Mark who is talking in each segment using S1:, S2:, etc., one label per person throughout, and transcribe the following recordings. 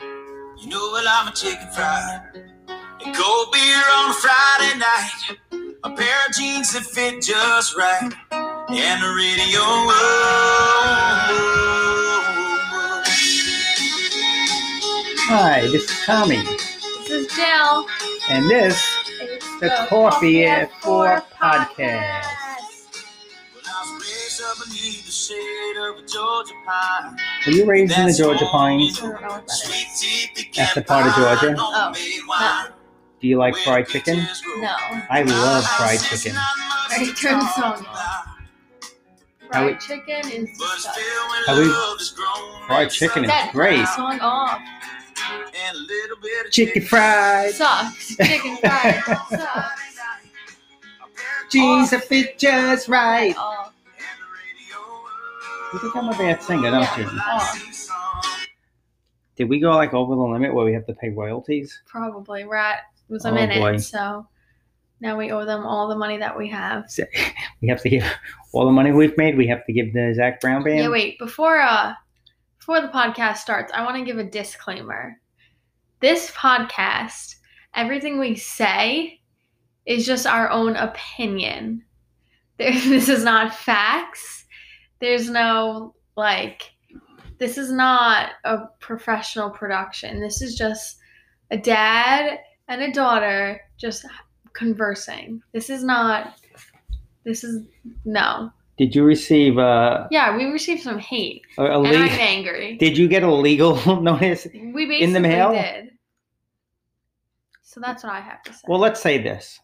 S1: You know, well, I'm a chicken fried. And cold beer on a Friday night. A pair of jeans that fit just right. And the radio. oh, oh. Hi, this is Tommy. This is Jill. And this is the, the Coffee at Four podcast. Well, I was raised up beneath the shade of a Georgia pine.
S2: Were you raised in the
S1: That's
S2: Georgia Pines? That's the part of Georgia.
S1: Oh, no.
S2: Do you like fried chicken?
S1: No.
S2: I love fried chicken.
S1: Ready to turn the song
S2: Are we,
S3: Fried chicken is disgusting.
S2: are we
S1: off.
S2: fried chicken is
S3: That
S2: great.
S3: song off.
S2: Chicken fried,
S3: Sucks. Chicken fried sucks.
S2: jeans that fit just right.
S3: Off.
S2: You think I'm a bad singer, don't you?
S3: Off.
S2: Did we go like over the limit where we have to pay royalties?
S3: Probably. We're at it was a
S2: Oh,
S3: minute,
S2: boy.
S3: so now we owe them all the money that we have.
S2: So, we have to give all the money we've made. We have to give the Zach Brown band.
S3: Yeah, wait, before uh before the podcast starts, I want to give a disclaimer. This podcast, everything we say is just our own opinion. There, this is not facts. There's no like this is not a professional production. This is just a dad and a daughter just conversing. This is not this is no.
S2: Did you receive uh,
S3: Yeah, we received some hate.
S2: a, a
S3: And I'm
S2: le-
S3: angry.
S2: Did you get a legal notice?
S3: we basically
S2: in the mail?
S3: did. So that's what I have to say.
S2: Well, let's say this.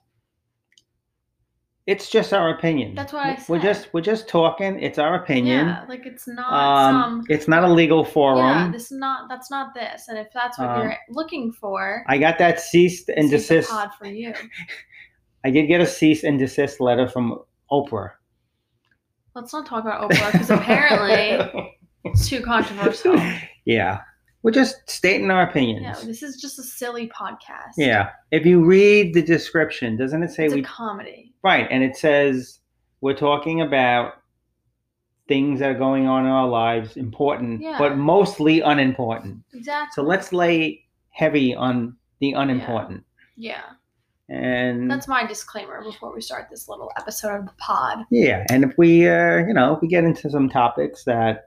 S2: It's just our opinion.
S3: That's what I
S2: We're
S3: said.
S2: just we're just talking. It's our opinion.
S3: yeah, like it's not
S2: Um,
S3: some.
S2: it's not a legal forum.
S3: Yeah, this is not. That's not this. And if that's what
S2: Um,
S3: you're looking for,
S2: I got that ceased and
S3: this is the
S2: desist.
S3: pod for you.
S2: I did get a cease and desist letter from Oprah.
S3: Let's not talk about Oprah because apparently it's too controversial.
S2: yeah, we're just stating our
S3: Yeah,
S2: opinions.
S3: this is just a silly podcast.
S2: Yeah. If you read the description, doesn't it say
S3: it's
S2: we
S3: a comedy.
S2: right? And it says we're talking about things that are going on in our lives, important,
S3: Yeah.
S2: but mostly unimportant.
S3: Exactly.
S2: So let's lay heavy on the unimportant.
S3: Yeah,
S2: And
S3: that's my disclaimer before we start this little episode of the pod.
S2: Yeah, and if we, uh, you know, if we get into some topics that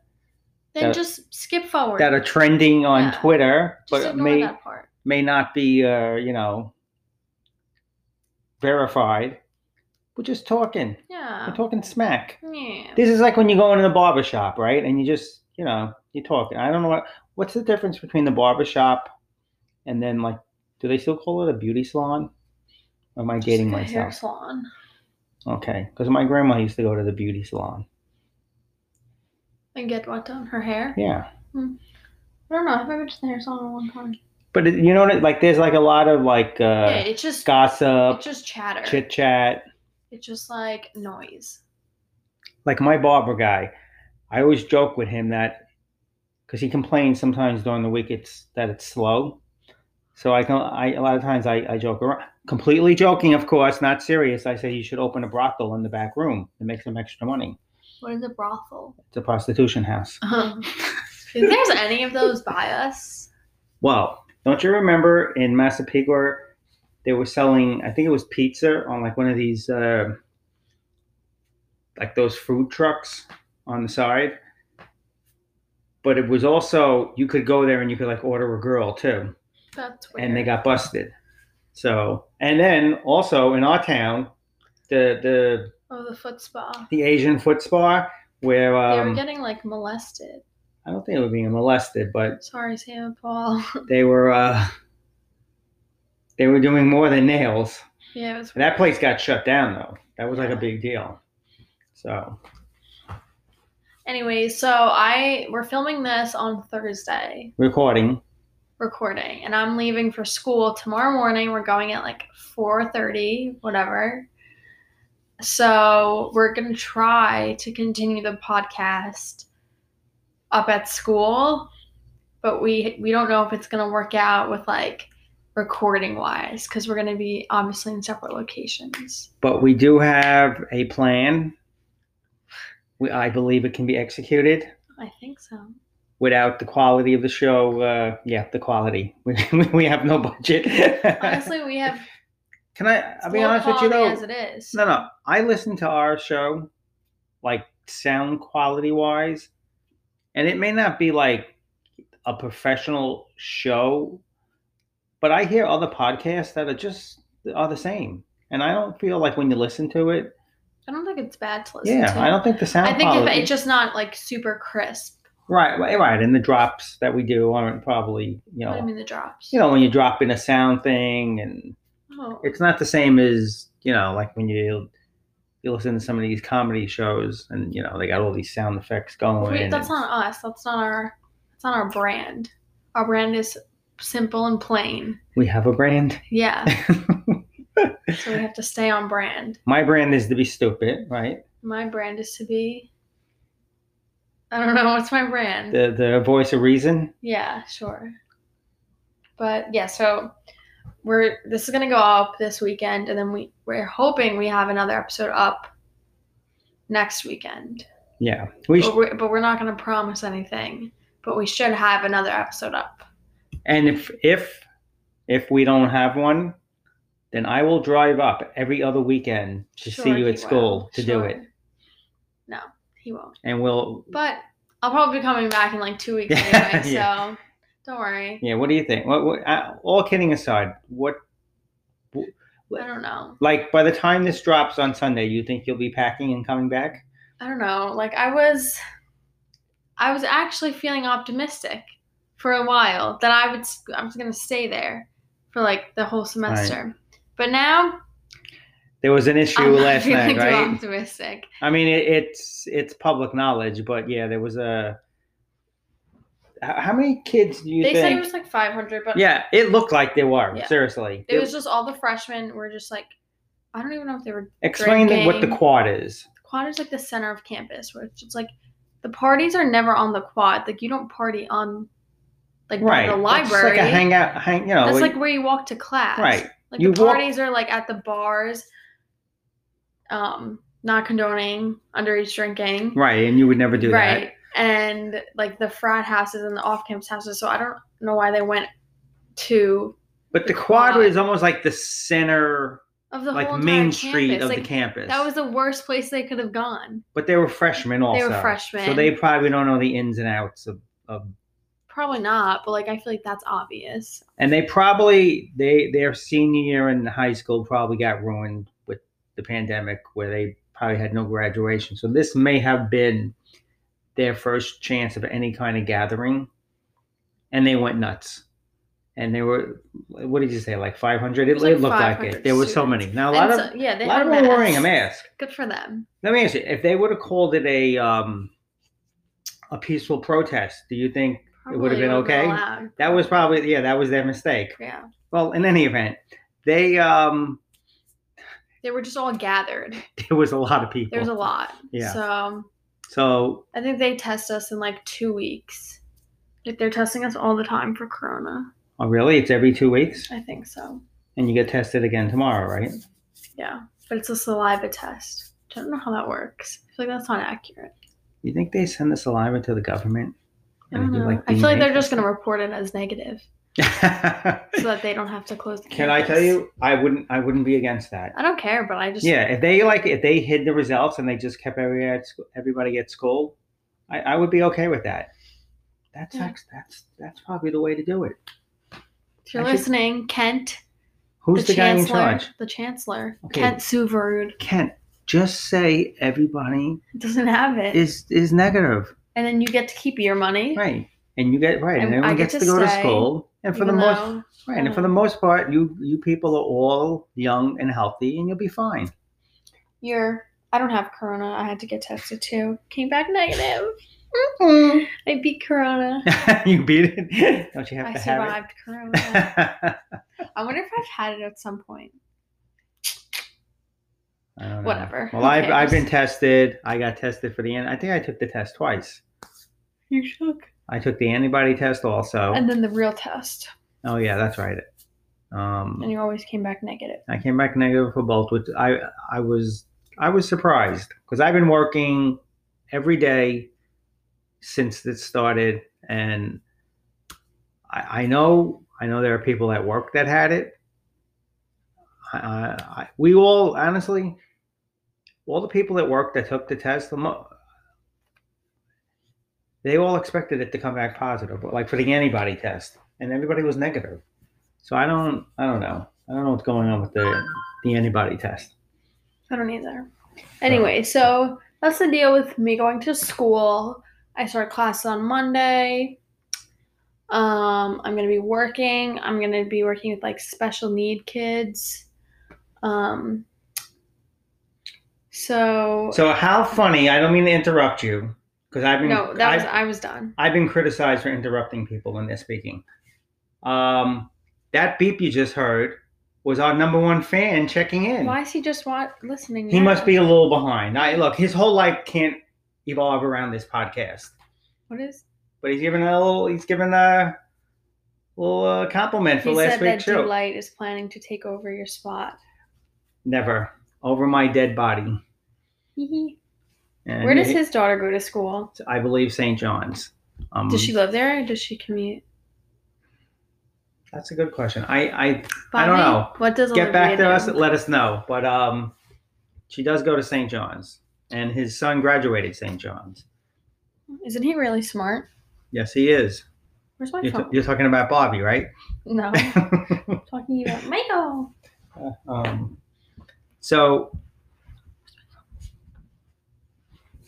S3: Then
S2: That-
S3: just skip forward.
S2: that are trending on
S3: Yeah.
S2: Twitter,
S3: just
S2: but
S3: ignore
S2: may
S3: that part.
S2: may not be, uh, you know, verified, we're just talking.
S3: Yeah.
S2: We're talking smack.
S3: Yeah.
S2: This is like when you go into the barber shop, right? And you just, you know, you're talking. I don't know what what's the difference between the barber shop and then like, do they still call it a beauty salon? Or am I
S3: Just
S2: dating
S3: like a Hair
S2: myself?
S3: salon.
S2: Okay, because my grandma used to go to the beauty salon.
S3: And get what done? Her hair?
S2: Yeah.
S3: I don't know. I've ever done the hair salon in one time.
S2: But it, you know what? Like, there's like a lot of like
S3: yeah,
S2: uh,
S3: it's just
S2: gossip,
S3: it's just chatter.
S2: chit chat.
S3: It's just like noise.
S2: Like my barber guy, I always joke with him that because he complains sometimes during the week it's that it's slow. So I can I a lot of times I, I joke around, completely joking, of course, not serious. I say you should open a brothel in the back room and make some extra money.
S3: What is a brothel?
S2: It's a prostitution house.
S3: Um, if there's any of those by us,
S2: Well, don't you remember in Massapequa they were selling? I think it was pizza on like one of these, uh, like those food trucks on the side. But it was also you could go there and you could like order a girl too,
S3: that's weird.
S2: and they got busted. So and then also in our town, the the
S3: oh the foot spa.
S2: the Asian foot spa where
S3: They were
S2: um,
S3: getting like molested.
S2: I don't think it was being molested, but
S3: Sorry, Sam and Paul.
S2: they were uh, they were doing more than nails.
S3: yeah, it was.
S2: That place got shut down though. That was like a
S3: Yeah.
S2: big deal. So
S3: Anyway, so I we're filming this on Thursday.
S2: recording.
S3: recording and i'm leaving for school tomorrow morning we're going at like 4.30 whatever so we're going to try to continue the podcast up at school but we we don't know if it's going to work out with like recording wise because we're going to be obviously in separate locations
S2: But we do have a plan. We, I believe it can be executed.
S3: i think so
S2: without the quality of the show, uh, yeah, the quality. We, we have no budget.
S3: Honestly, we have.
S2: Can I? I'll be honest with you though.
S3: As it is.
S2: No, no. I listen to our show, like sound quality wise, and it may not be like a professional show, but I hear other podcasts that are just are the same, and I don't feel like when you listen to it,
S3: I don't think it's bad to listen
S2: yeah,
S3: to.
S2: I don't think the sound.
S3: I think if
S2: quality,
S3: it's just not like super crisp.
S2: right, right, right, and the drops that we do aren't probably you know
S3: What do you mean the drops?
S2: you know when you drop in a sound thing and
S3: Oh.
S2: it's not the same as you know like when you you listen to some of these comedy shows and you know they got all these sound effects going
S3: Wait, that's
S2: and-
S3: not us. That's not our. That's not our brand. Our brand is simple and plain.
S2: we have a brand
S3: Yeah. so we have to stay on brand.
S2: my brand is to be stupid right
S3: My brand is to be. I don't know what's my brand.
S2: the the voice of reason
S3: yeah, sure. But yeah, so we're this is gonna go up this weekend, and then we we're hoping we have another episode up next weekend.
S2: yeah we sh-
S3: But we're, but we're not gonna promise anything. But we should have another episode up.
S2: and if if if we don't have one then i will drive up every other weekend to
S3: Sure,
S2: see you
S3: he
S2: at school
S3: will.
S2: to do
S3: Sure.
S2: it
S3: No, he won't.
S2: and we'll
S3: But I'll probably be coming back in like two weeks
S2: Yeah,
S3: anyway,
S2: yeah.
S3: so don't worry.
S2: yeah what do you think what, what uh, all kidding aside what
S3: I don't know.
S2: like by the time this drops on sunday you think you'll be packing and coming back
S3: I don't know. Like I was I was actually feeling optimistic for a while that I would s- I was going to stay there for like the whole semester. But now
S2: There was an issue
S3: I'm not
S2: last
S3: feeling
S2: night,
S3: too
S2: right?
S3: optimistic.
S2: I mean, it, it's it's public knowledge, but yeah, there was a. H- How many kids do you
S3: they said it
S2: think?
S3: was like 500, but
S2: yeah, it looked like there were.
S3: Yeah.
S2: Seriously,
S3: it was just all the freshmen were just like I don't even know if they were
S2: explain the- what the
S3: drinking.
S2: quad is.
S3: quad is like the center of campus where it's just like the parties are never on the quad. Like you don't party on like by
S2: Right,
S3: the
S2: It's just
S3: library.
S2: like a hangout, hang. You know,
S3: That's
S2: like-
S3: like where you walk to class.
S2: Right.
S3: Like
S2: You
S3: the
S2: walk-
S3: parties are like at the bars. Um, not condoning underage drinking.
S2: right, and you would never do that.
S3: And like the frat houses and the off campus houses. So I don't know why they went to
S2: But the
S3: The
S2: quad
S3: quad.
S2: is almost like the center,
S3: of the whole
S2: like
S3: entire
S2: main street
S3: campus.
S2: of
S3: like,
S2: the campus.
S3: That was the worst place they could have gone.
S2: but they were freshmen also.
S3: were freshmen.
S2: so they probably don't know the ins and outs of, of
S3: Probably not, but like I feel like that's obvious.
S2: and they probably they their senior year in high school probably got ruined with the pandemic where they probably had no graduation so this may have been their first chance of any kind of gathering and they went nuts and they were what did you say like 500 it,
S3: It was like
S2: it looked like
S3: 500
S2: it there were so
S3: students.
S2: many now a
S3: And
S2: lot of
S3: so- yeah,
S2: a
S3: they
S2: lot
S3: had
S2: of them were wearing a
S3: masks.
S2: mask
S3: Good for them.
S2: let me ask you if they would have called it a um a peaceful protest do you think It would've
S3: Probably
S2: been
S3: would've
S2: okay.
S3: allowed.
S2: that was probably yeah that was their mistake
S3: yeah.
S2: well in any event they um
S3: They were just all gathered.
S2: there was a lot of people
S3: There's a lot.
S2: Yeah.
S3: So
S2: so
S3: I think they test us in like two weeks. Like they're testing us all the time for corona.
S2: oh really it's every two weeks
S3: I think so.
S2: and you get tested again tomorrow right
S3: Yeah. But it's a saliva test. I don't know how that works. I feel like that's not accurate.
S2: you think they send the saliva to the government
S3: I don't know. Mm-hmm. I feel like they're just gonna report it as negative
S2: gonna
S3: so that they don't have to close the
S2: can i
S3: campus.
S2: tell you i wouldn't i wouldn't be against that
S3: I don't care, but I just
S2: yeah if they like if they hid the results and they just kept everybody at, sc- everybody at school I, I would be okay with that that's
S3: Yeah.
S2: act- that's that's probably the way to do it
S3: if you're
S2: I should-
S3: listening, Kent
S2: who's the, guy in
S3: chancellor,
S2: charge
S3: The chancellor.
S2: Okay.
S3: Kent Suverud
S2: kent just say everybody
S3: doesn't have it.
S2: is is negative
S3: and then you get to keep your money.
S2: Right. And you get right, and
S3: And
S2: everyone
S3: I get
S2: gets to,
S3: to
S2: go to
S3: stay, Mm-hmm.
S2: school. And for the
S3: even
S2: most
S3: though-
S2: right, and for the most part, you you people are all young and healthy, and you'll be fine.
S3: You're. I don't have corona. I had to get tested too. Came back negative.
S2: Mm-hmm.
S3: I beat corona.
S2: you beat it. Don't you have
S3: I
S2: to have
S3: survived corona.
S2: it?
S3: I wonder if I've had it at some point.
S2: I don't know.
S3: Whatever.
S2: Well,
S3: Who
S2: I've, I've
S3: cares?
S2: been tested. I got tested for the end. I think I took the test twice.
S3: You shook.
S2: I took the antibody test also.
S3: And then the real test,
S2: oh yeah, that's right.
S3: and
S2: Um,
S3: you always came back negative.
S2: I came back negative for both, which I I was I was surprised because I've been working every day since this started, and I, I know I know there are people at work that had it. I, I, we all honestly, all the people at work that took the test, the mo- they all expected it to come back positive, like for the antibody test, and everybody was negative. So I don't, I don't know, I don't know what's going on with the the antibody test.
S3: I don't either. Anyway, so that's the deal with me going to school. I start classes on Monday. Um, I'm gonna be working. I'm gonna be working with like special need kids. Um, so
S2: So how funny! I don't mean to interrupt you because I've been
S3: no, that was
S2: I've,
S3: I was done.
S2: I've been criticized for interrupting people when they're speaking. Um, that beep you just heard was our number one fan checking in.
S3: Why is he just wa- listening?
S2: Hmm. He
S3: now?
S2: must be a little behind. I look, his whole life can't evolve around this podcast,
S3: What is?
S2: but he's given a little. He's given a little uh, compliment for
S3: He
S2: last
S3: said that
S2: week's show.
S3: Delight is planning to take over your spot.
S2: Never over my dead body.
S3: Hee hee.
S2: And
S3: Where does
S2: he-
S3: his daughter go to school?
S2: I believe St. John's. Um,
S3: Does she live there? or Does she commute?
S2: That's a good question. I, I
S3: Bobby,
S2: I don't know.
S3: What does
S2: get back to
S3: Olivia
S2: us.
S3: do?
S2: Let us know. But um, she does go to St. John's, and his son graduated St. John's.
S3: Isn't he really smart?
S2: Yes, he is.
S3: Where's my
S2: You're, t-
S3: phone?
S2: you're talking about Bobby, right?
S3: no, talking about Michael.
S2: um, so,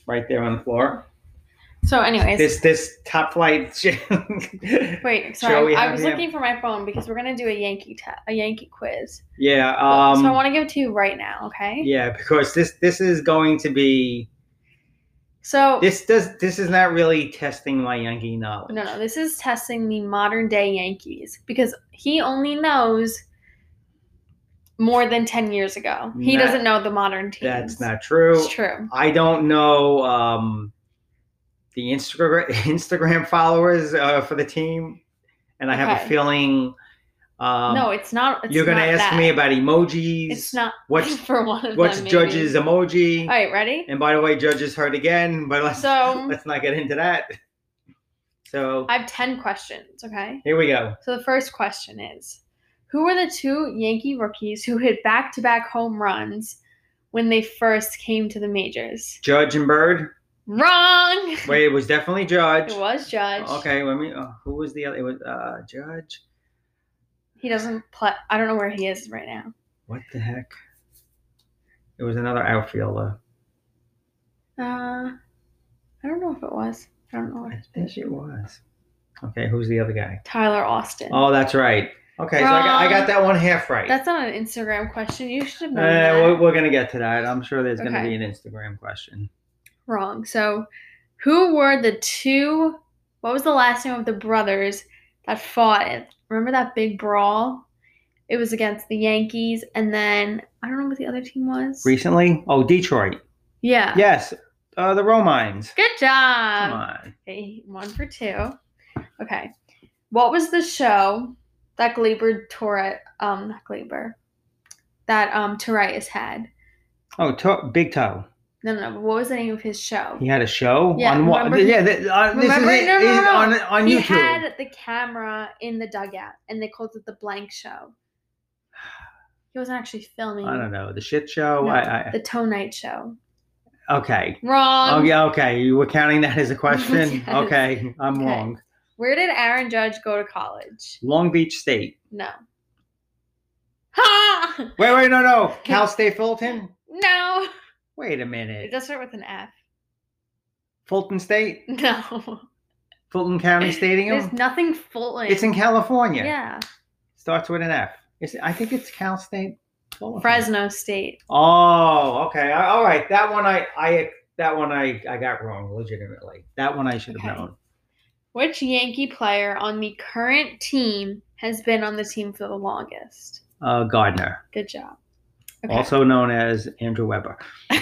S2: right there on the floor.
S3: So, anyways,
S2: This this top flight. shit.
S3: wait.
S2: Shall we
S3: Sorry, I
S2: have
S3: was
S2: him?
S3: looking for my phone because we're gonna do a Yankee ta- a Yankee quiz.
S2: yeah. Um,
S3: so I want to give it to you right now, okay?
S2: yeah, because this this is going to be
S3: So
S2: this does this is not really testing my Yankee knowledge.
S3: no, no, this is testing the modern day Yankees because he only knows more than ten years ago. He
S2: That-
S3: doesn't know the modern teams.
S2: that's not true.
S3: It's true.
S2: I don't know um, the Instagram Instagram followers uh, for the team, and I have
S3: Okay.
S2: a feeling um,
S3: no, it's not. It's
S2: you're gonna
S3: not
S2: ask
S3: that.
S2: me about emojis.
S3: It's not
S2: what's
S3: for one of
S2: what's
S3: them. maybe.
S2: Judge's emoji?
S3: All right, ready?
S2: And by the way, Judge's hurt again, but let's
S3: So-
S2: let's not get into that. So
S3: I have ten questions. Okay.
S2: here we go.
S3: So the first question is Who were the two Yankee rookies who hit back to back home runs when they first came to the majors?
S2: Judge and Bird.
S3: Wrong!
S2: Wait, it was definitely Judge.
S3: It was Judge.
S2: Okay, let me. Uh, who was the other? It was uh, Judge.
S3: He doesn't play. I don't know where he is right now.
S2: What the heck? It was another outfielder.
S3: Uh, I don't know if it was. I don't know.
S2: I
S3: Where.
S2: think it was. Okay, who's the other guy?
S3: Tyler Austin.
S2: Oh, that's right. Okay, so I got, I got that one half right.
S3: That's not an Instagram question. You should have known
S2: Uh,
S3: that.
S2: we're, we're gonna get to that. I'm sure there's gonna
S3: Okay.
S2: be an Instagram question.
S3: Wrong. So, who were the two? What was the last name of the brothers that fought? It? Remember that big brawl? It was against the Yankees, and then I don't know what the other team was.
S2: Recently? Oh, Detroit.
S3: yeah.
S2: Yes, uh, the Romines.
S3: Good
S2: Come
S3: job.
S2: on.
S3: Okay, one for two. Okay. What was the show that Glaber Torres, um, not Glaber, that um Torres had?
S2: Oh, to- Big Toe.
S3: No, no, no. But what was the name of his show?
S2: He had a show
S3: Yeah,
S2: on what?
S3: remember he-
S2: yeah, th- uh, this
S3: Remember-
S2: is it.
S3: no, no,
S2: It's
S3: no, no.
S2: on on
S3: he
S2: YouTube.
S3: had the camera in the dugout and they called it the blank show. He wasn't actually filming
S2: I don't know the shit show.
S3: No.
S2: I,
S3: the Toe Night Show.
S2: I okay.
S3: Wrong.
S2: oh yeah, okay. You were counting that as a question.
S3: Um, Yes.
S2: Okay, I'm
S3: Okay.
S2: wrong.
S3: Where did Aaron Judge go to college?
S2: Long Beach State.
S3: No. Ha!
S2: Wait, wait, no, no. Cal State Fulton.
S3: No.
S2: Wait a
S3: It
S2: minute.
S3: does start with an F.
S2: Fulton State,
S3: No.
S2: Fulton County
S3: There's
S2: Stadium.
S3: nothing Fulton.
S2: It's in California.
S3: Yeah.
S2: Starts with an F. It's, I think it's Cal State. Fulton.
S3: Fresno State.
S2: Oh, okay. I- All right. That one I I that one I I got wrong legitimately. That one I should have
S3: Okay.
S2: known.
S3: Which Yankee player on the current team has been on the team for the longest?
S2: Uh, Gardner,
S3: Good job.
S2: also known as Andrew Weber.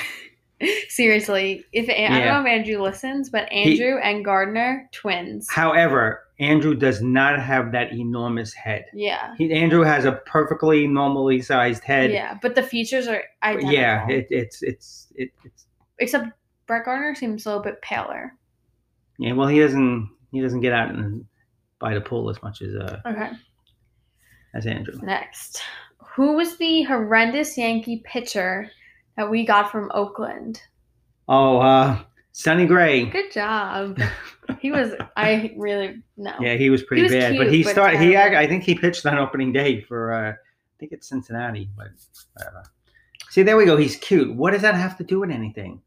S3: Seriously, if I don't
S2: Yeah.
S3: know if Andrew listens, but
S2: He-
S3: Andrew and Gardner twins.
S2: However, Andrew does not have that enormous head.
S3: yeah,
S2: He, Andrew has a perfectly normally sized head.
S3: yeah, but the features are identical.
S2: Yeah, it, it's it's it, it's
S3: except Brett Gardner seems a little bit paler.
S2: yeah. Well, he doesn't. He doesn't get out and by the pool as much as uh,
S3: Okay.
S2: as Andrew.
S3: Next. Who was the horrendous Yankee pitcher that we got from Oakland?
S2: Oh, uh, Sonny Gray.
S3: Good job. He was, I really, no.
S2: Yeah, he was pretty
S3: was
S2: bad, but
S3: cute,
S2: he
S3: but uh,
S2: started. He, act-
S3: terrible.
S2: I think, he pitched on opening day for, uh, I think it's Cincinnati, but whatever. See, there we go. He's cute. What does that have to do with anything?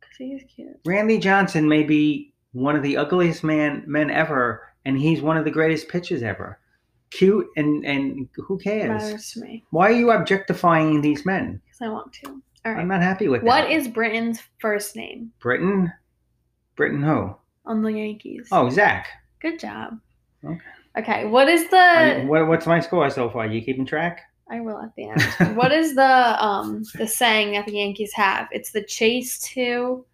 S3: 'Cause He's cute.
S2: Randy Johnson may be one of the ugliest man men ever, and he's one of the greatest pitchers ever. Cute and and who cares?
S3: Matters to me
S2: Why are you objectifying these men?
S3: because I want to. All
S2: I'm
S3: right.
S2: not happy with that.
S3: What is Britain's first name
S2: Britain? Britain who?
S3: on the Yankees?
S2: Oh, Zach.
S3: Good job.
S2: Okay.
S3: Okay. What is the?
S2: Are
S3: I,
S2: you- what, what's my score so far? You keeping track?
S3: will at the end. what is the um the saying that the Yankees have? It's the chase to.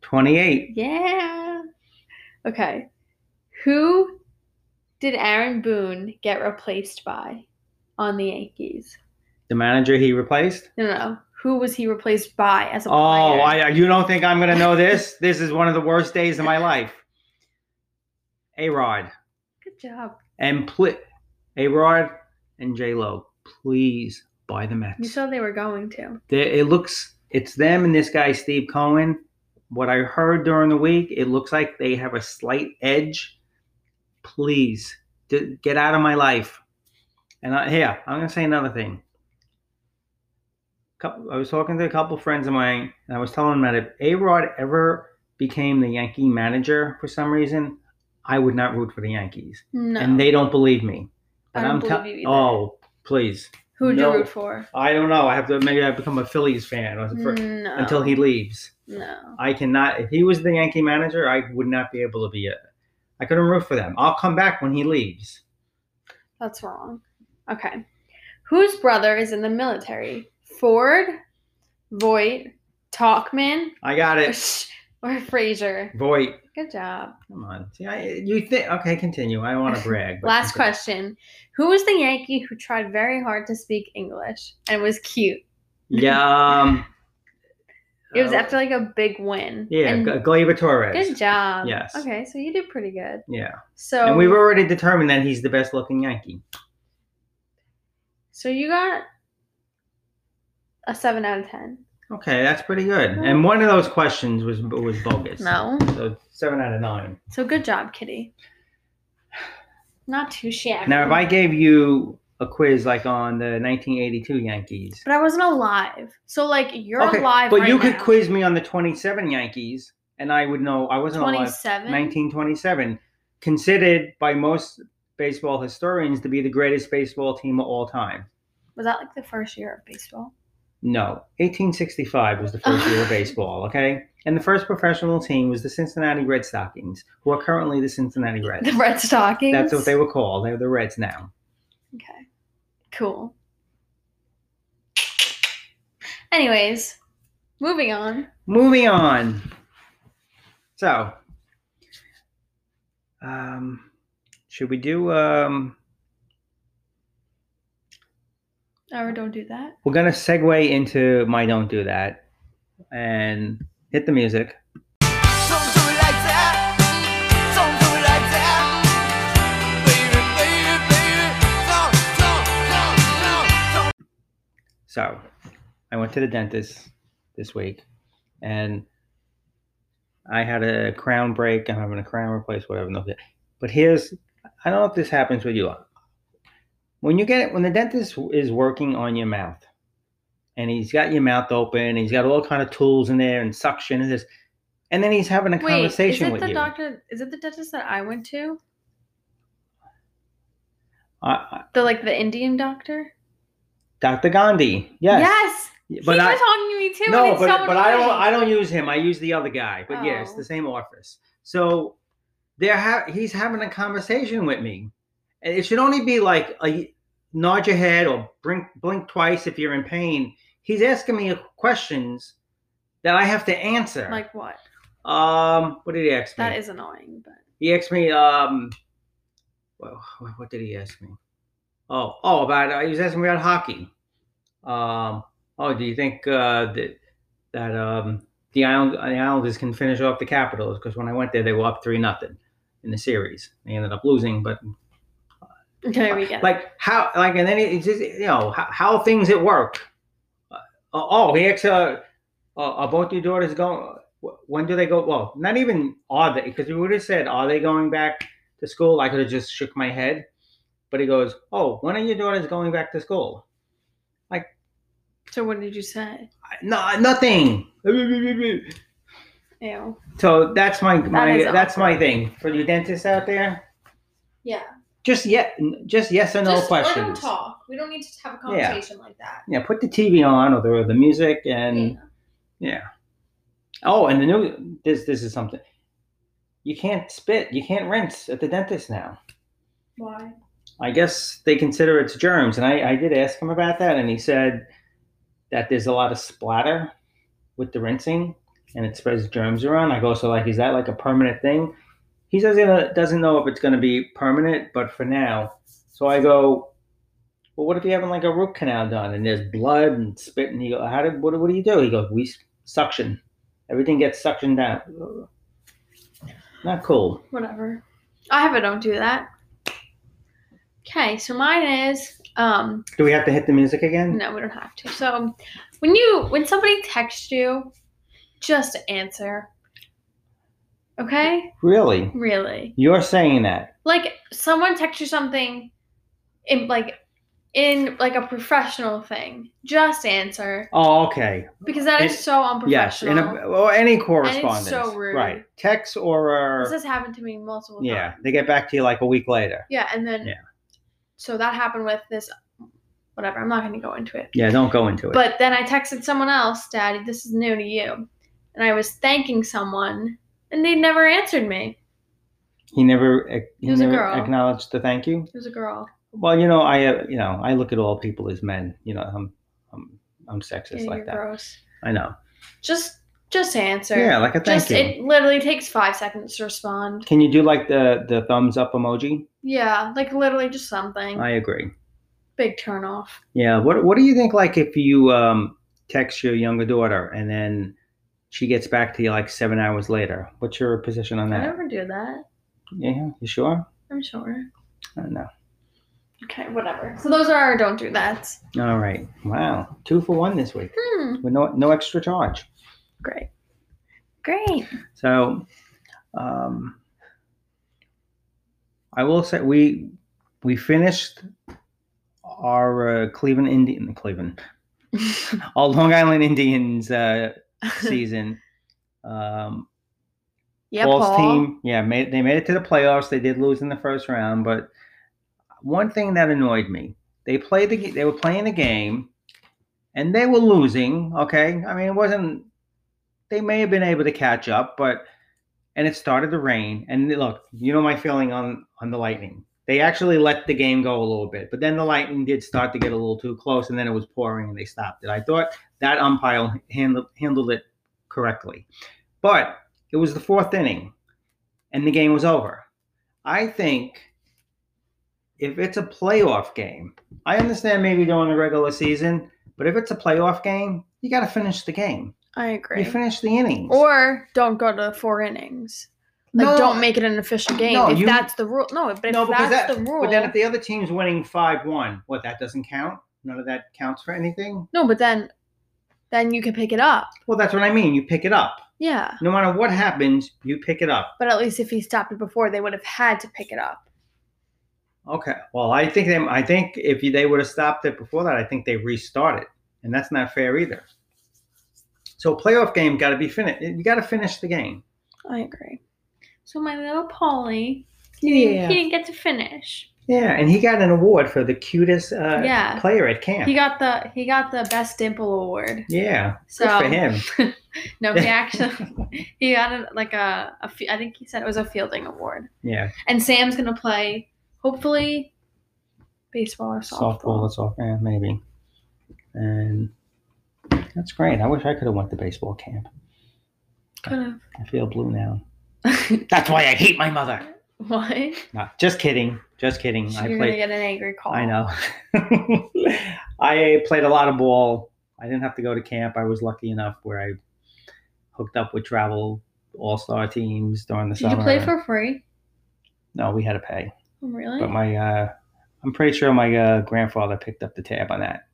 S2: Twenty-eight.
S3: Yeah. Okay. Who did Aaron Boone get replaced by on the Yankees?
S2: The manager he replaced.
S3: No, no. no. Who was he replaced by as a
S2: Oh,
S3: player?
S2: I, you don't think I'm going to know this? this is one of the worst days of my life. A Rod
S3: Good job.
S2: and pl- A Rod and J Lo, please buy the
S3: You
S2: Mets.
S3: saw they were going to.
S2: They- it looks, it's them and this guy Steve Cohen. What I heard during the week, it looks like they have a slight edge. Please d- get out of my life. And I, here, I'm going to say another thing. Couple, I was talking to a couple friends of mine, and I was telling them that if A Rod ever became the Yankee manager for some reason, I would not root for the Yankees.
S3: No.
S2: And they don't believe me.
S3: I
S2: But
S3: don't
S2: I'm tell-
S3: believe you either.
S2: Oh, please.
S3: Who'd
S2: no.
S3: you root for?
S2: I don't know. I have to maybe I become a Phillies fan or for,
S3: no.
S2: until he leaves.
S3: No.
S2: I cannot. If he was the Yankee manager, I would not be able to be a. I couldn't root for them. I'll come back when he leaves.
S3: That's wrong. Okay. Whose brother is in the military? Ford, Voight, Talkman,
S2: I got
S3: or,
S2: it.
S3: Sh- or Frazier?
S2: Voight,
S3: Good job.
S2: come on. See, I, you think? Okay, continue. I want to brag. but
S3: Last
S2: continue.
S3: question. Who was the Yankee who tried very hard to speak English and was cute?
S2: Yeah. Um,
S3: It was
S2: uh,
S3: after like a big win.
S2: Yeah,
S3: And
S2: G- Gleyber Torres.
S3: good job.
S2: Yes.
S3: Okay, so you did pretty good.
S2: Yeah,
S3: So
S2: and we've already determined that he's the best-looking Yankee.
S3: So you got a seven out of ten.
S2: Okay, that's pretty good. And one of those questions was was bogus.
S3: Mm-hmm. No.
S2: So seven out of nine.
S3: So good job, Kitty. Not too shabby.
S2: Now, if I gave you a quiz like on the 1982 Yankees,
S3: But I wasn't alive. So like you're
S2: okay,
S3: alive.
S2: but
S3: right
S2: you
S3: now.
S2: could quiz me on the 27 Yankees, and I would know I wasn't alive.
S3: Twenty-seven.
S2: 1927, considered by most baseball historians to be the greatest baseball team of all time.
S3: Was that like the first year of baseball?
S2: No, 1865 was the first year of baseball. Okay, and the first professional team was the Cincinnati Red Stockings, who are currently the Cincinnati Reds.
S3: The Red Stockings.
S2: That's what they were called. They're the Reds now.
S3: Okay. Cool. Anyways, moving on.
S2: Moving on. So, um, should we do? Um,
S3: Or don't do that.
S2: we're gonna segue into my don't do that, and hit the music.
S4: Don't do it like that. Don't do it like that. Baby, baby, baby. No, no, no, no.
S2: So, I went to the dentist this week, and I had a crown break. I'm having a crown replaced, whatever. no- But here's, I don't know if this happens with you. When you get when the dentist is working on your mouth, and he's got your mouth open, and he's got all kind of tools in there and suction and this, and then he's having a
S3: Wait, is
S2: conversation
S3: it
S2: with
S3: the
S2: you.
S3: doctor? Is it the dentist that I went to?
S2: I- I-
S3: The like the Indian doctor?
S2: Dr. Gandhi, yes,
S3: Yes.
S2: but
S3: he
S2: I,
S3: was on me too.
S2: no,
S3: and it's
S2: but,
S3: so
S2: but I don't
S3: annoying.
S2: I don't use him. I use the other guy. But yeah, it's
S3: Oh.
S2: the same office. So they're ha- he's having a conversation with me, and it should only be like a nod your head or blink blink twice if you're in pain. He's asking me questions that I have to answer.
S3: Like what?
S2: um, what did he ask me?
S3: That is annoying, but
S2: he asked me um well, what did he ask me oh oh about uh, he was asking me about hockey um oh do you think uh that that um the Island the Islanders can finish off the Capitals because when I went there, they were up three nothing in the series. They ended up losing, but
S3: There we go.
S2: like how like and then it's just you know how, how things at work. Uh, oh, he asked, uh, uh, "Are both your daughters going? wh- When do they go?" Well, not even are they because we would have said, "Are they going back to school?" I could have just shook my head, but he goes, "Oh, when are your daughters going back to school?"
S3: so what did you say?
S2: I- No, nothing.
S3: Ew.
S2: So that's my my
S3: is
S2: that's my
S3: awkward.
S2: thing for you dentists out there.
S3: Yeah.
S2: Just yet, just yes or no
S3: Just let them
S2: questions.
S3: talk. We don't need to have a conversation like that.
S2: Yeah, put the TV on or the, or the music and.
S3: Yeah.
S2: Oh, and the new this this is something. You can't spit. You can't rinse at the dentist now.
S3: Why?
S2: I guess they consider it's germs, and I I did ask him about that, and he said that there's a lot of splatter with the rinsing, and it spreads germs around. I go, so like, is that like a permanent thing? He says he doesn't know if it's going to be permanent, but for now. So I go, well, what if you're having like a root canal done and there's blood and spit? And he goes, how did what, what do you do? He goes, we s- suction. Everything gets suctioned down. Not cool.
S3: Whatever. I have it. Don't do that. Okay. So mine is um
S2: Do we have to hit the music again?
S3: no, we don't have to. So when you when somebody texts you, just answer. Okay.
S2: Really?
S3: Really.
S2: You're saying that?
S3: like someone text you something in like in like a professional thing just answer
S2: Oh, okay.
S3: because that is
S2: It-
S3: so
S2: Yes,
S3: unprofessional
S2: and a, or any correspondence,
S3: rude.
S2: right? Text or uh,
S3: this has happened to me multiple
S2: yeah,
S3: times
S2: they get back to you like a week later.
S3: yeah and then
S2: Yeah.
S3: so that happened with this whatever i'm not going to go into it
S2: Yeah, don't go into it.
S3: but then i texted someone else daddy this is new to you and i was thanking someone and they never answered me
S2: he never ac- he
S3: He was a
S2: never
S3: girl.
S2: acknowledged the thank you.
S3: it was a girl
S2: Well, you know, I uh, you know I look at all people as men. You know, I'm I'm, I'm sexist
S3: yeah,
S2: like
S3: you're
S2: that.
S3: gross
S2: I know.
S3: just just answer
S2: Yeah, like a thank
S3: just
S2: you.
S3: it literally takes five seconds to respond
S2: Can you do like the the thumbs up emoji?
S3: Yeah, like literally just something.
S2: I agree.
S3: Big turn off.
S2: Yeah. What What do you think? Like if you um text your younger daughter and then she gets back to you like seven hours later. What's your position on
S3: I
S2: that?
S3: never do that.
S2: Yeah. You sure? Uh,
S3: I'm sure.
S2: I don't know.
S3: Okay, whatever. So those are our don't do that.
S2: All right. Wow. Two for one this week
S3: Hmm.
S2: with no, no extra charge.
S3: Great. Great.
S2: So um, I will say we we finished our uh, Cleveland Indian Cleveland our Long Island Indians uh, season. Um,
S3: yeah,
S2: Paul's
S3: Paul.
S2: team, yeah, made, they made it to the playoffs. They did lose in the first round, but one thing that annoyed me, they played the g- they were playing the game, and they were losing. Okay, I mean it wasn't. They may have been able to catch up, but and it started to rain. And look, you know my feeling on on the Lightning. They actually let the game go a little bit, but then the Lightning did start to get a little too close, and then it was pouring, and they stopped it. I thought that umpire handled handled it correctly, but it was the fourth inning, and the game was over. I think if it's a playoff game, I understand maybe during the regular season, but if it's a playoff game, you got to finish the game.
S3: I agree.
S2: You finish the innings.
S3: Or don't go to four innings. Like
S2: No,
S3: don't make it an official game
S2: No,
S3: if
S2: you-
S3: that's the rule. No, but if
S2: no, because
S3: that's
S2: that,
S3: the rule.
S2: But then if the other team's winning five one, what that doesn't count. None of that counts for anything.
S3: no, but then then you can pick it up.
S2: Well, that's what I mean. You pick it up.
S3: Yeah.
S2: No matter what happens, you pick it up.
S3: But at least if he stopped it before, they would have had to pick it up.
S2: Okay. Well, I think they. I think if they would have stopped it before that, I think they restarted, and that's not fair either. So a playoff game got to be finished. You got to finish the game.
S3: I agree. So my little Polly, he
S2: Yeah.
S3: didn't get to finish.
S2: Yeah, and he got an award for the cutest uh,
S3: Yeah.
S2: player at camp.
S3: He got the he got the best dimple award.
S2: yeah,
S3: So
S2: good for him.
S3: no, he actually he got a, like a, a fe- I think he said it was a fielding award.
S2: Yeah,
S3: And Sam's gonna play hopefully baseball or softball.
S2: softball, that's all. Yeah, maybe. And that's great. I wish I could have went to baseball camp.
S3: Kind
S2: I feel blue now.
S3: of.
S2: That's why I hate my mother.
S3: what?
S2: No, just kidding. Just kidding. I
S3: You're
S2: Mm, played.
S3: gonna get an angry call.
S2: I know. I played a lot of ball. I didn't have to go to camp. I was lucky enough where I hooked up with travel all star teams during the
S3: Did
S2: summer.
S3: you play for free? Oh,
S2: No, we had to pay.
S3: Really?
S2: But my, uh, I'm pretty sure my uh, grandfather picked up the tab on that.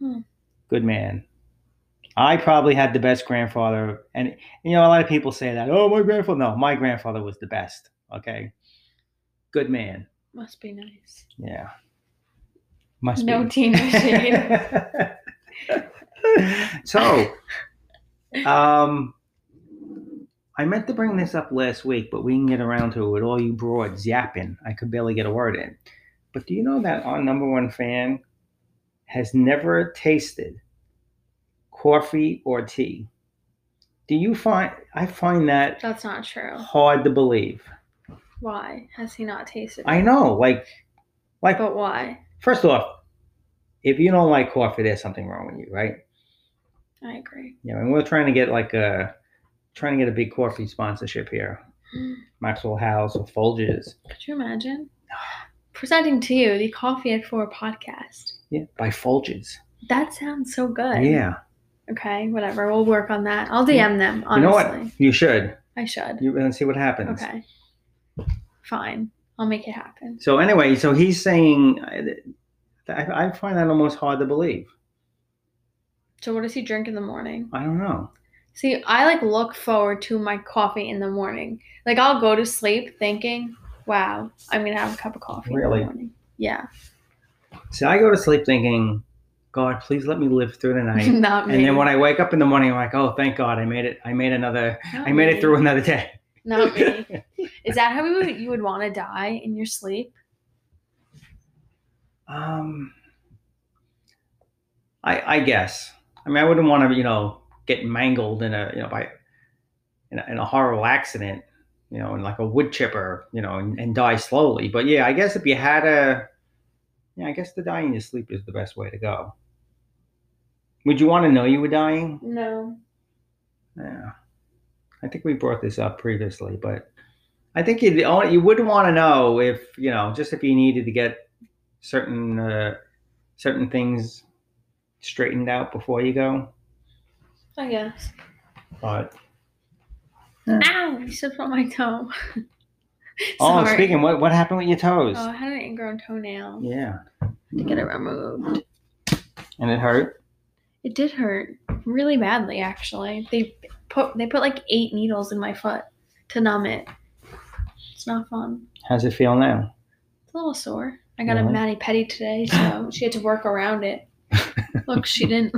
S3: Hmm.
S2: Good man. I probably had the best grandfather, and you know a lot of people say that. Oh, my grandfather. No, my grandfather was the best. Okay. Good man.
S3: Must be nice.
S2: Yeah. Must
S3: No
S2: be.
S3: teen or shade.
S2: so, um, I meant to bring this up last week, but we can get around to it with all you broads yapping. I could barely get a word in. But do you know that our number one fan has never tasted coffee or tea? Do you find I find that
S3: That's not true.
S2: hard to believe?
S3: Why has he not tasted?
S2: I
S3: it?
S2: know, like, like
S3: But why?
S2: first off, if you don't like coffee, there's something wrong with you, right?
S3: I agree.
S2: Yeah, and we're trying to get like a trying to get a big coffee sponsorship here.
S3: Mm.
S2: Maxwell House or Folgers.
S3: Could you imagine presenting to you the Coffee at Four podcast?
S2: Yeah, by Folgers.
S3: That sounds so good.
S2: Yeah,
S3: Okay, whatever. We'll work on that. I'll DM them. Honestly,
S2: You know what? you should.
S3: I should.
S2: You and see what happens.
S3: Okay. Fine. I'll make it happen.
S2: So anyway, so he's saying, I, I find that almost hard to believe.
S3: So what does he drink in the morning?
S2: I don't know.
S3: See, I like look forward to my coffee in the morning. Like I'll go to sleep thinking, "Wow, I'm gonna have a cup of coffee in
S2: Really?
S3: the morning." Yeah,
S2: So I go to sleep thinking, God, please let me live through the night.
S3: not me.
S2: and then when I wake up in the morning, I'm like, oh, thank God, I made it. I made another. I made it through another day.
S3: Not me. Is that how you would, you would want to die in your sleep?
S2: Um, I I guess. I mean, I wouldn't want to, you know, get mangled in a, you know, by in a, in a horrible accident, you know, in like a wood chipper, you know, and, and die slowly. But yeah, I guess if you had a, yeah, I guess the dying in your sleep is the best way to go. Would you want to know you were dying?
S3: No.
S2: Yeah, I think we brought this up previously, but I think you you would want to know if you know just if you needed to get certain uh, certain things straightened out before you go.
S3: I guess.
S2: But Hmm.
S3: Ow! You slipped on my toe.
S2: oh,
S3: Sorry.
S2: speaking, what what happened with your toes?
S3: Oh, I had an ingrown toenail.
S2: yeah,
S3: To get it removed.
S2: and it hurt.
S3: It did hurt really badly, actually. They put they put like eight needles in my foot to numb it. It's not fun.
S2: How's it feel now?
S3: It's a little sore. I got a
S2: Really?
S3: matty petty today, so she had to work around it. Look, she didn't.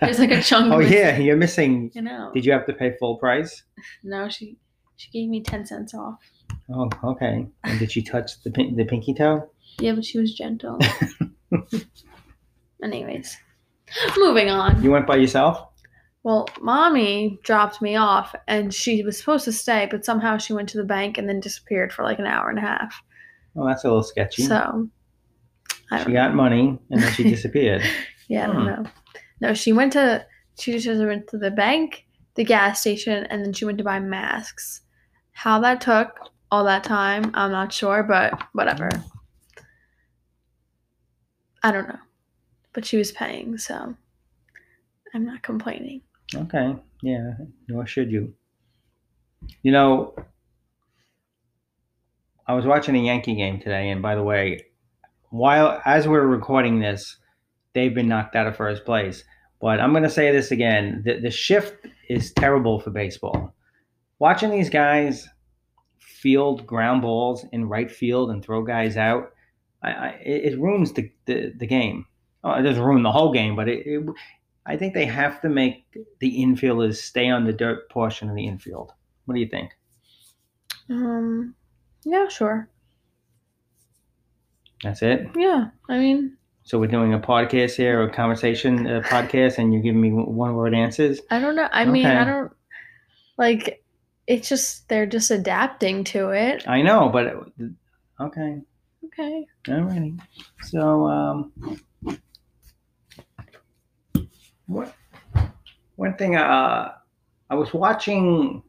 S3: There's like a chunk.
S2: oh
S3: missing,
S2: yeah, you're missing.
S3: You know.
S2: Did you have to pay full price?
S3: No, she she gave me ten cents off.
S2: Oh, okay. And did you touch the pin- the pinky toe?
S3: Yeah, but she was gentle. Anyways, moving on.
S2: You went by yourself?
S3: Well, mommy dropped me off and she was supposed to stay, but somehow she went to the bank and then disappeared for like an hour and a half.
S2: Oh, that's a little sketchy.
S3: So, I don't
S2: she
S3: know.
S2: got money and then she disappeared.
S3: Yeah, I don't
S2: Hmm.
S3: know. No, she went to she just went to the bank, the gas station, and then she went to buy masks. How that took all that time, I'm not sure, but whatever. I don't know. But she was paying, so I'm not complaining.
S2: Okay. Yeah. Nor should you. You know, I was watching a Yankee game today, and by the way, while as we're recording this, they've been knocked out of first place. But I'm going to say this again: the, the shift is terrible for baseball. Watching these guys field ground balls in right field and throw guys out, I, I, it it ruins the, the, the game. Oh, it doesn't ruin the whole game, but it, it I think they have to make the infielders stay on the dirt portion of the infield. What do you think?
S3: Um yeah, sure.
S2: That's it.
S3: Yeah. I mean,
S2: So we're doing a podcast here, a conversation uh podcast, and you're giving me one word answers.
S3: I don't know. I mean, I
S2: Okay.
S3: don't like it's just they're just adapting to it.
S2: I know, but okay,
S3: Okay.
S2: alrighty. So, um, what? One thing, uh, I was watching,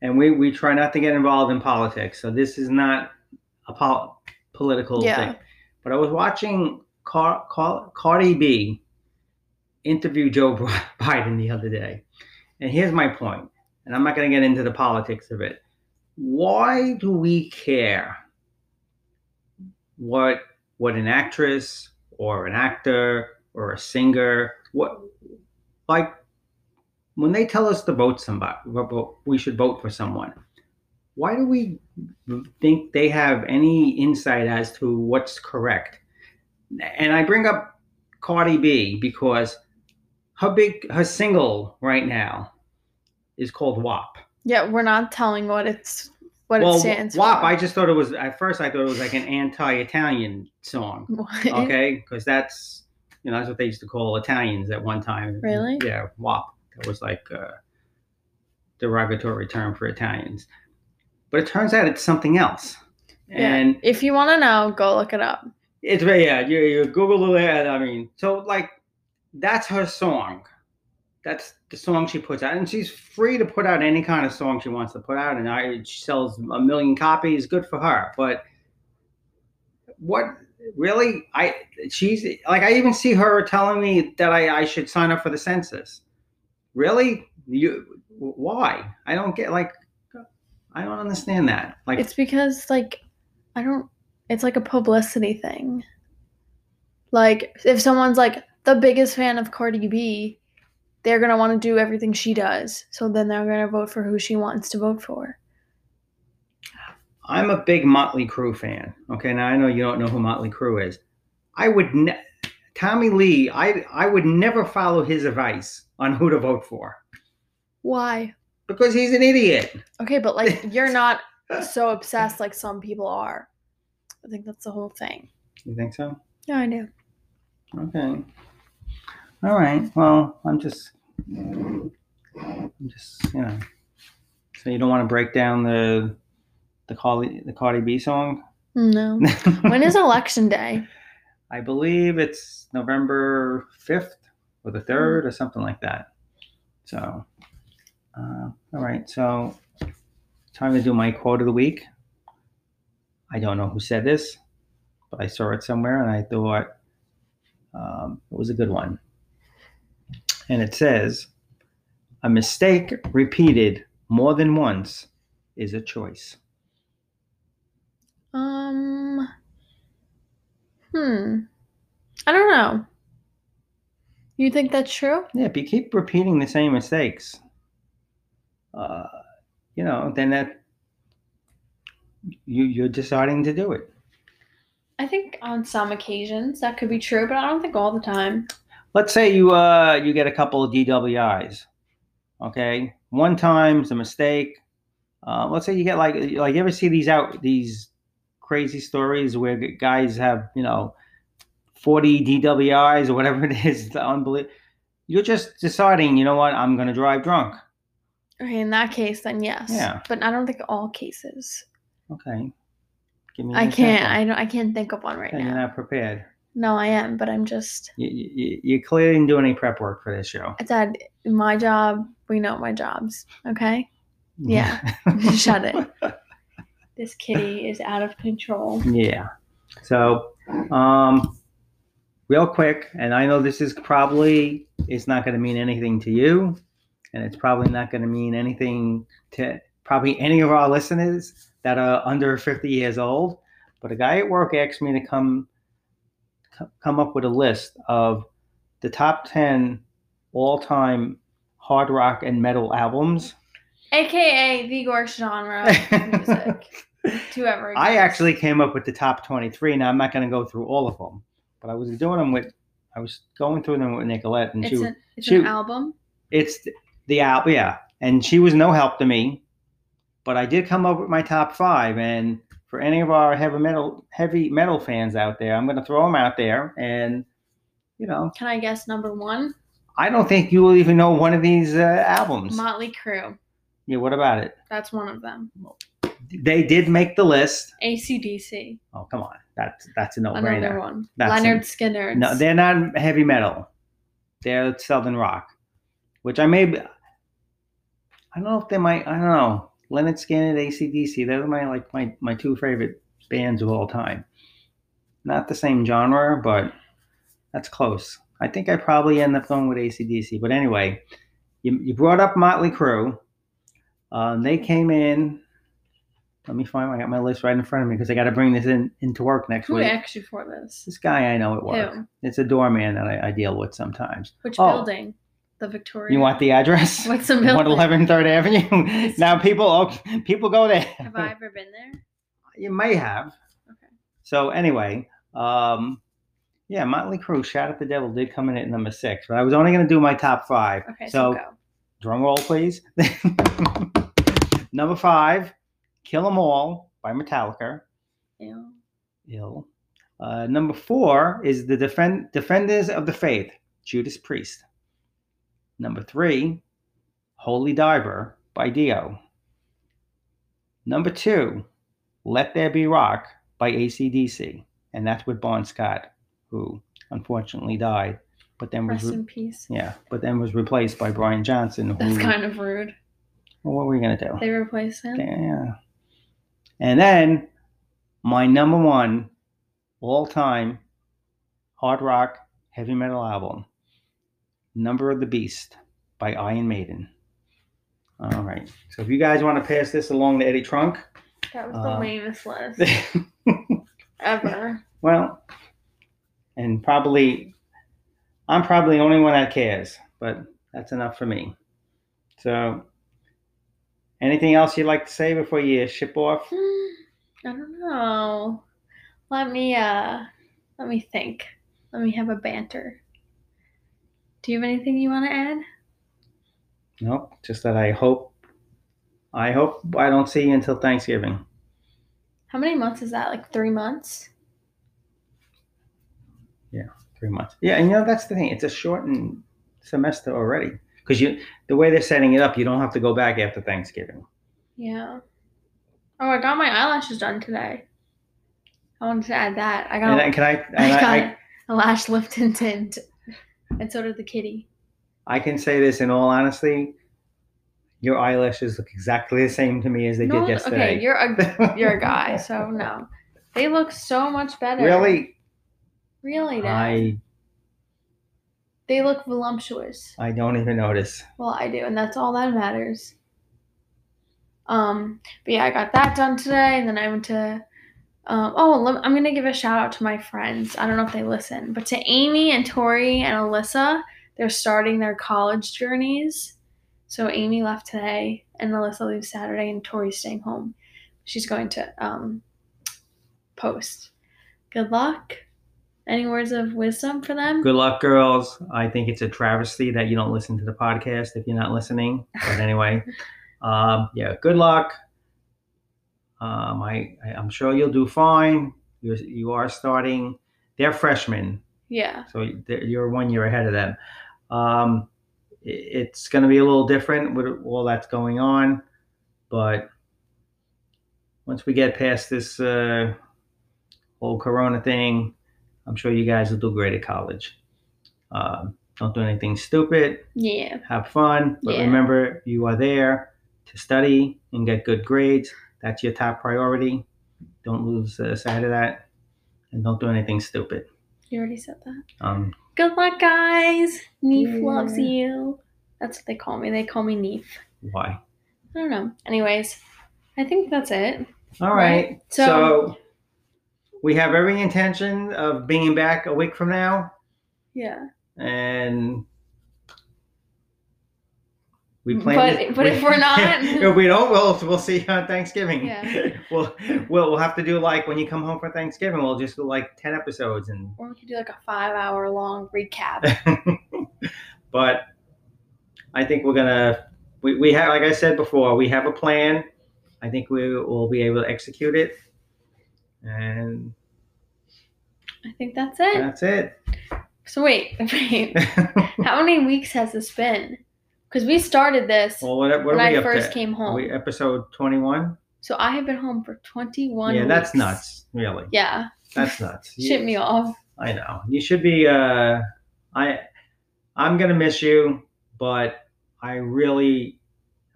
S2: and we we try not to get involved in politics, so this is not a pol- political
S3: Yeah.
S2: thing. But I was watching Car- Car- Cardi B interview Joe Biden the other day, And here's my point, and I'm not going to get into the politics of it. Why do we care what what an actress or an actor or a singer what like when they tell us to vote somebody we should vote for someone why do we think they have any insight as to what's correct and i bring up cardi b because her big her single right now is called wap
S3: Yeah, we're not telling what it's what
S2: well
S3: it stands
S2: wap
S3: for.
S2: i just thought it was at first i thought it was like an anti-italian song
S3: What?
S2: okay because that's you know that's what they used to call italians at one time
S3: Really?
S2: yeah wop that was like a derogatory term for italians but it turns out it's something else
S3: Yeah.
S2: and
S3: If you want to know, go look it up.
S2: it's very yeah you, you google it and i mean so like that's her song that's the song she puts out and she's free to put out any kind of song she wants to put out and I, she sells a million copies good for her but what really i she's like i even see her telling me that i, I should sign up for the census really you why i don't get like i don't understand that like
S3: It's because like I don't it's like a publicity thing. Like if someone's like the biggest fan of Cardi B, they're going to want to do everything she does. So then they're going to vote for who she wants to vote for.
S2: I'm a big Motley Crue fan. Okay, now I know you don't know who Motley Crue is. I would, ne- Tommy Lee. I I would never follow his advice on who to vote for
S3: Why?
S2: because he's an idiot.
S3: Okay, but like you're not so obsessed like some people are. I think that's the whole thing.
S2: You think so?
S3: Yeah, I do.
S2: Okay. All right. Well, I'm just, I'm just, you know. So you don't want to break down the, the Cardi the Cardi B song.
S3: No. when is election day?
S2: I believe it's November 5th or the 3rd or something like that. So, uh, all right. So, time to do my quote of the week. I don't know who said this, but I saw it somewhere and I thought um, it was a good one. And it says, A mistake repeated more than once is a choice.
S3: Um. Hmm. I don't know. You think that's true?
S2: Yeah, if you keep repeating the same mistakes, uh, you know, then that you you're deciding to do it.
S3: I think on some occasions that could be true, but I don't think all the time.
S2: Let's say you uh you get a couple of DWIs, okay. One time's a mistake. Uh, let's say you get like like you ever see these out these crazy stories where g- guys have you know forty DWIs or whatever it is. Unbelievable. You're just deciding. You know what? I'm gonna drive drunk.
S3: Okay, in that case, then yes.
S2: Yeah.
S3: But I don't think all cases.
S2: Okay. Give me. an
S3: I can't.
S2: example.
S3: I don't. I can't think of one right
S2: and
S3: now.
S2: you're not prepared.
S3: No, I am, but I'm just.
S2: You, you, you clearly didn't do any prep work for this show.
S3: Dad, my job. We know my jobs. Okay. Yeah. Shut it. This kitty is out of control.
S2: yeah. So, um, real quick, and I know this is probably it's not going to mean anything to you, and it's probably not going to mean anything to probably any of our listeners that are under 50 years old. But a guy at work asked me to come co- come up with a list of the top 10 all-time hard rock and metal albums.
S3: AKA the Gorsh genre of music. to ever.
S2: I
S3: exist.
S2: actually came up with the top 23. Now I'm not going to go through all of them, but I was doing them with, I was going through them with Nicolette, and she,
S3: It's
S2: was
S3: an, it's
S2: shoot.
S3: an album.
S2: it's th- the album, yeah, and she was no help to me, but I did come up with my top five. And for any of our heavy metal heavy metal fans out there, I'm going to throw them out there, and you know,
S3: Can I guess number one?
S2: I don't think you will even know one of these uh, albums.
S3: Motley Crue.
S2: yeah, what about it?
S3: That's one of them.
S2: They did make the list.
S3: ACDC.
S2: Oh, come on, that's that's a no-brainer.
S3: Another one.
S2: That's
S3: Leonard Skinner.
S2: No, they're not heavy metal. They're southern rock, which I may. Be, I don't know if they might. I don't know. Leonard Skinner, ACDC. Those are my like my my two favorite bands of all time. Not the same genre, but that's close. I think I probably end up going with ACDC. But anyway, you you, you brought up Motley Crue. Um, they came in. Let me find. I got my list right in front of me because I got to bring this in into work next
S3: Who
S2: week.
S3: asked you for this?
S2: This guy I know at work.
S3: Who?
S2: It's a doorman that I, I deal with sometimes.
S3: Which
S2: Oh.
S3: building? The Victoria.
S2: You want the address?
S3: What's the building?
S2: One Eleven Third Avenue. now people, oh, people go there.
S3: Have I ever been there?
S2: You may have.
S3: Okay.
S2: So anyway, um, yeah, Motley Crue, "Shout at the Devil" did come in at number six, but I was only going to do my top five.
S3: Okay, so,
S2: So
S3: go.
S2: drum roll, please. number five, "Kill 'Em All" by Metallica.
S3: Ew.
S2: Ill. Uh, number four is the defend defenders of the faith, Judas Priest. Number three, Holy Diver by Dio. Number two, Let There Be Rock by ACDC. And that's with Bon Scott, who unfortunately died, but then was
S3: Rest
S2: re-
S3: in peace.
S2: yeah, but then was replaced by Brian Johnson. Who,
S3: That's kind of rude.
S2: well, what were you gonna do?
S3: They replaced him.
S2: Yeah. And then my number one all time hard rock heavy metal album, Number of the Beast by Iron Maiden. All right. So if you guys want to pass this along to Eddie Trunk,
S3: That was the
S2: Um,
S3: lamest list ever.
S2: well, and probably, I'm probably the only one that cares, but that's enough for me. So anything else you'd like to say before you ship off?
S3: I don't know. Let me uh let me think. Let me have a banter. Do you have anything you want to add?
S2: Nope. Just that I hope I hope I don't see you until Thanksgiving.
S3: How many months is that? Like 3 months?
S2: Three months. Yeah, and you know that's the thing. It's a shortened semester already. Because you the way they're setting it up, you don't have to go back after Thanksgiving.
S3: Yeah. Oh, I got my eyelashes done today. I wanted to add that. I got
S2: And
S3: a-
S2: I, can I
S3: I
S2: and
S3: got
S2: I, I,
S3: a lash lift and tint. And so did the kitty.
S2: I can say this in all honesty. Your eyelashes look exactly the same to me as they
S3: No
S2: did
S3: one-
S2: yesterday.
S3: Okay, you're a you're a guy, so no. They look so much better.
S2: really
S3: Really now.
S2: I
S3: They look voluptuous.
S2: I don't even notice.
S3: Well, I do, and that's all that matters. Um, but yeah, I got that done today, and then I went to. Um, oh, lem- I'm gonna give a shout out to my friends. I don't know if they listen, but to Amy and Tori and Alyssa, they're starting their college journeys. So Amy left today, and Alyssa leaves Saturday, and Tori's staying home. She's going to um, post. Good luck. Any words of wisdom for them?
S2: Good luck, girls. I think it's a travesty that you don't listen to the podcast if you're not listening. But anyway, um, yeah, good luck. Um, I, I, I'm sure you'll do fine. You're, you are starting. They're freshmen,
S3: Yeah.
S2: so they're- you're one year ahead of them. Um, i- it's going to be a little different with all that's going on, but once we get past this uh, whole Corona thing, I'm sure you guys will do great at college. Um, don't do anything stupid.
S3: Yeah.
S2: Have fun, but
S3: Yeah.
S2: remember you are there to study and get good grades. That's your top priority. Don't lose uh, sight of that, and don't do anything stupid.
S3: You already said that.
S2: Um,
S3: Good luck, guys. Neef
S2: Yeah.
S3: loves you. That's what they call me. They call me Neef.
S2: why?
S3: I don't know. Anyways, I think that's it.
S2: All
S3: Right.
S2: right.
S3: So,
S2: So, we have every intention of being back a week from now,
S3: yeah.
S2: and we
S3: But-
S2: plan.
S3: but if we're not-
S2: if we don't, we'll we'll see you on Thanksgiving.
S3: Yeah.
S2: We'll, we'll we'll have to do like when you come home for Thanksgiving, we'll just do like ten episodes, and
S3: Or we could do like a five hour long recap.
S2: but I think we're gonna we we have like I said before, we have a plan. I think we will be able to execute it, and
S3: I think that's it.
S2: that's it.
S3: So wait, wait. How many weeks has this been? Because we started this
S2: Well, what, what
S3: when
S2: are we
S3: I
S2: up to?
S3: first came
S2: Are
S3: home.
S2: we episode 21?
S3: so I have been home for 21
S2: yeah, that's
S3: weeks.
S2: nuts. Really.
S3: Yeah.
S2: That's nuts. You-
S3: Shit me off.
S2: I know. You should be uh I I'm going to miss you, but I really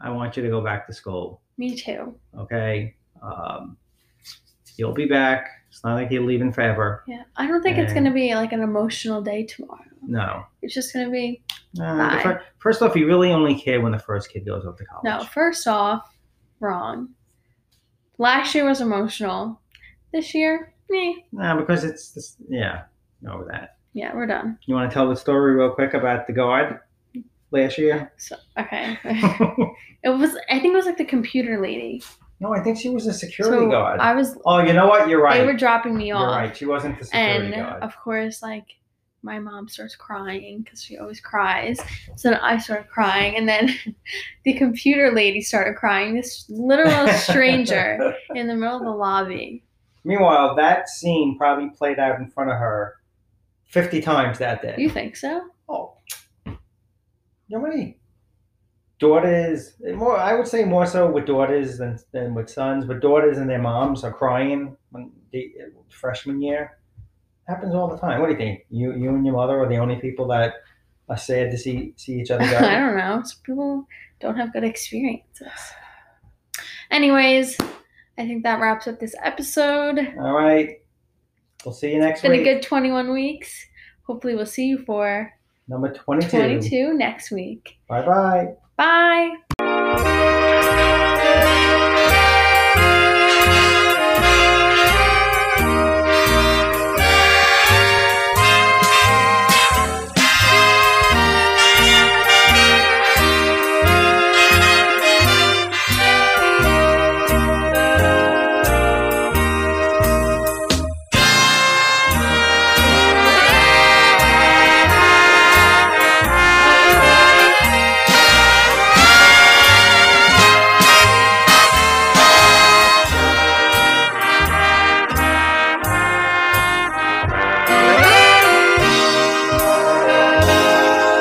S2: I want you to go back to school,
S3: Me too.
S2: okay? Um you'll be back. It's not like you're leaving forever.
S3: Yeah. I don't think it's
S2: And-
S3: going to be like an emotional day tomorrow.
S2: No.
S3: It's just going to be
S2: Uh,
S3: Bye.
S2: the fir- first off, you really only care when the first kid goes off to college.
S3: No, first off, wrong. Last year was emotional. This year, eh.
S2: Nah, because it's, it's yeah, over that.
S3: Yeah, we're done.
S2: You want to tell the story real quick about the guard last year?
S3: So okay. it was I think it was like the computer lady.
S2: no, I think she was a security
S3: so
S2: guard.
S3: I was
S2: oh, you know what? You're right.
S3: they were dropping me
S2: You're
S3: off.
S2: right. She wasn't the security
S3: and
S2: guard.
S3: of course like my mom starts crying because she always cries so then i started crying and then the computer lady started crying this literal stranger in the middle of the lobby
S2: Meanwhile, that scene probably played out in front of her 50 times that day.
S3: you think so
S2: oh, you know many daughters? More, I would say more so with daughters than, than with sons. With daughters and their moms are crying when the freshman year happens all the time. What do you think? You you and your mother are the only people that are sad to see see each other.
S3: i
S2: go?
S3: don't know Some people don't have good experiences anyways i think that wraps up this episode it's
S2: all right, we'll see you next
S3: been
S2: week.
S3: a good 21 weeks hopefully we'll see you for
S2: Number twenty two.
S3: 22 next week
S2: Bye bye.
S3: bye
S4: Thank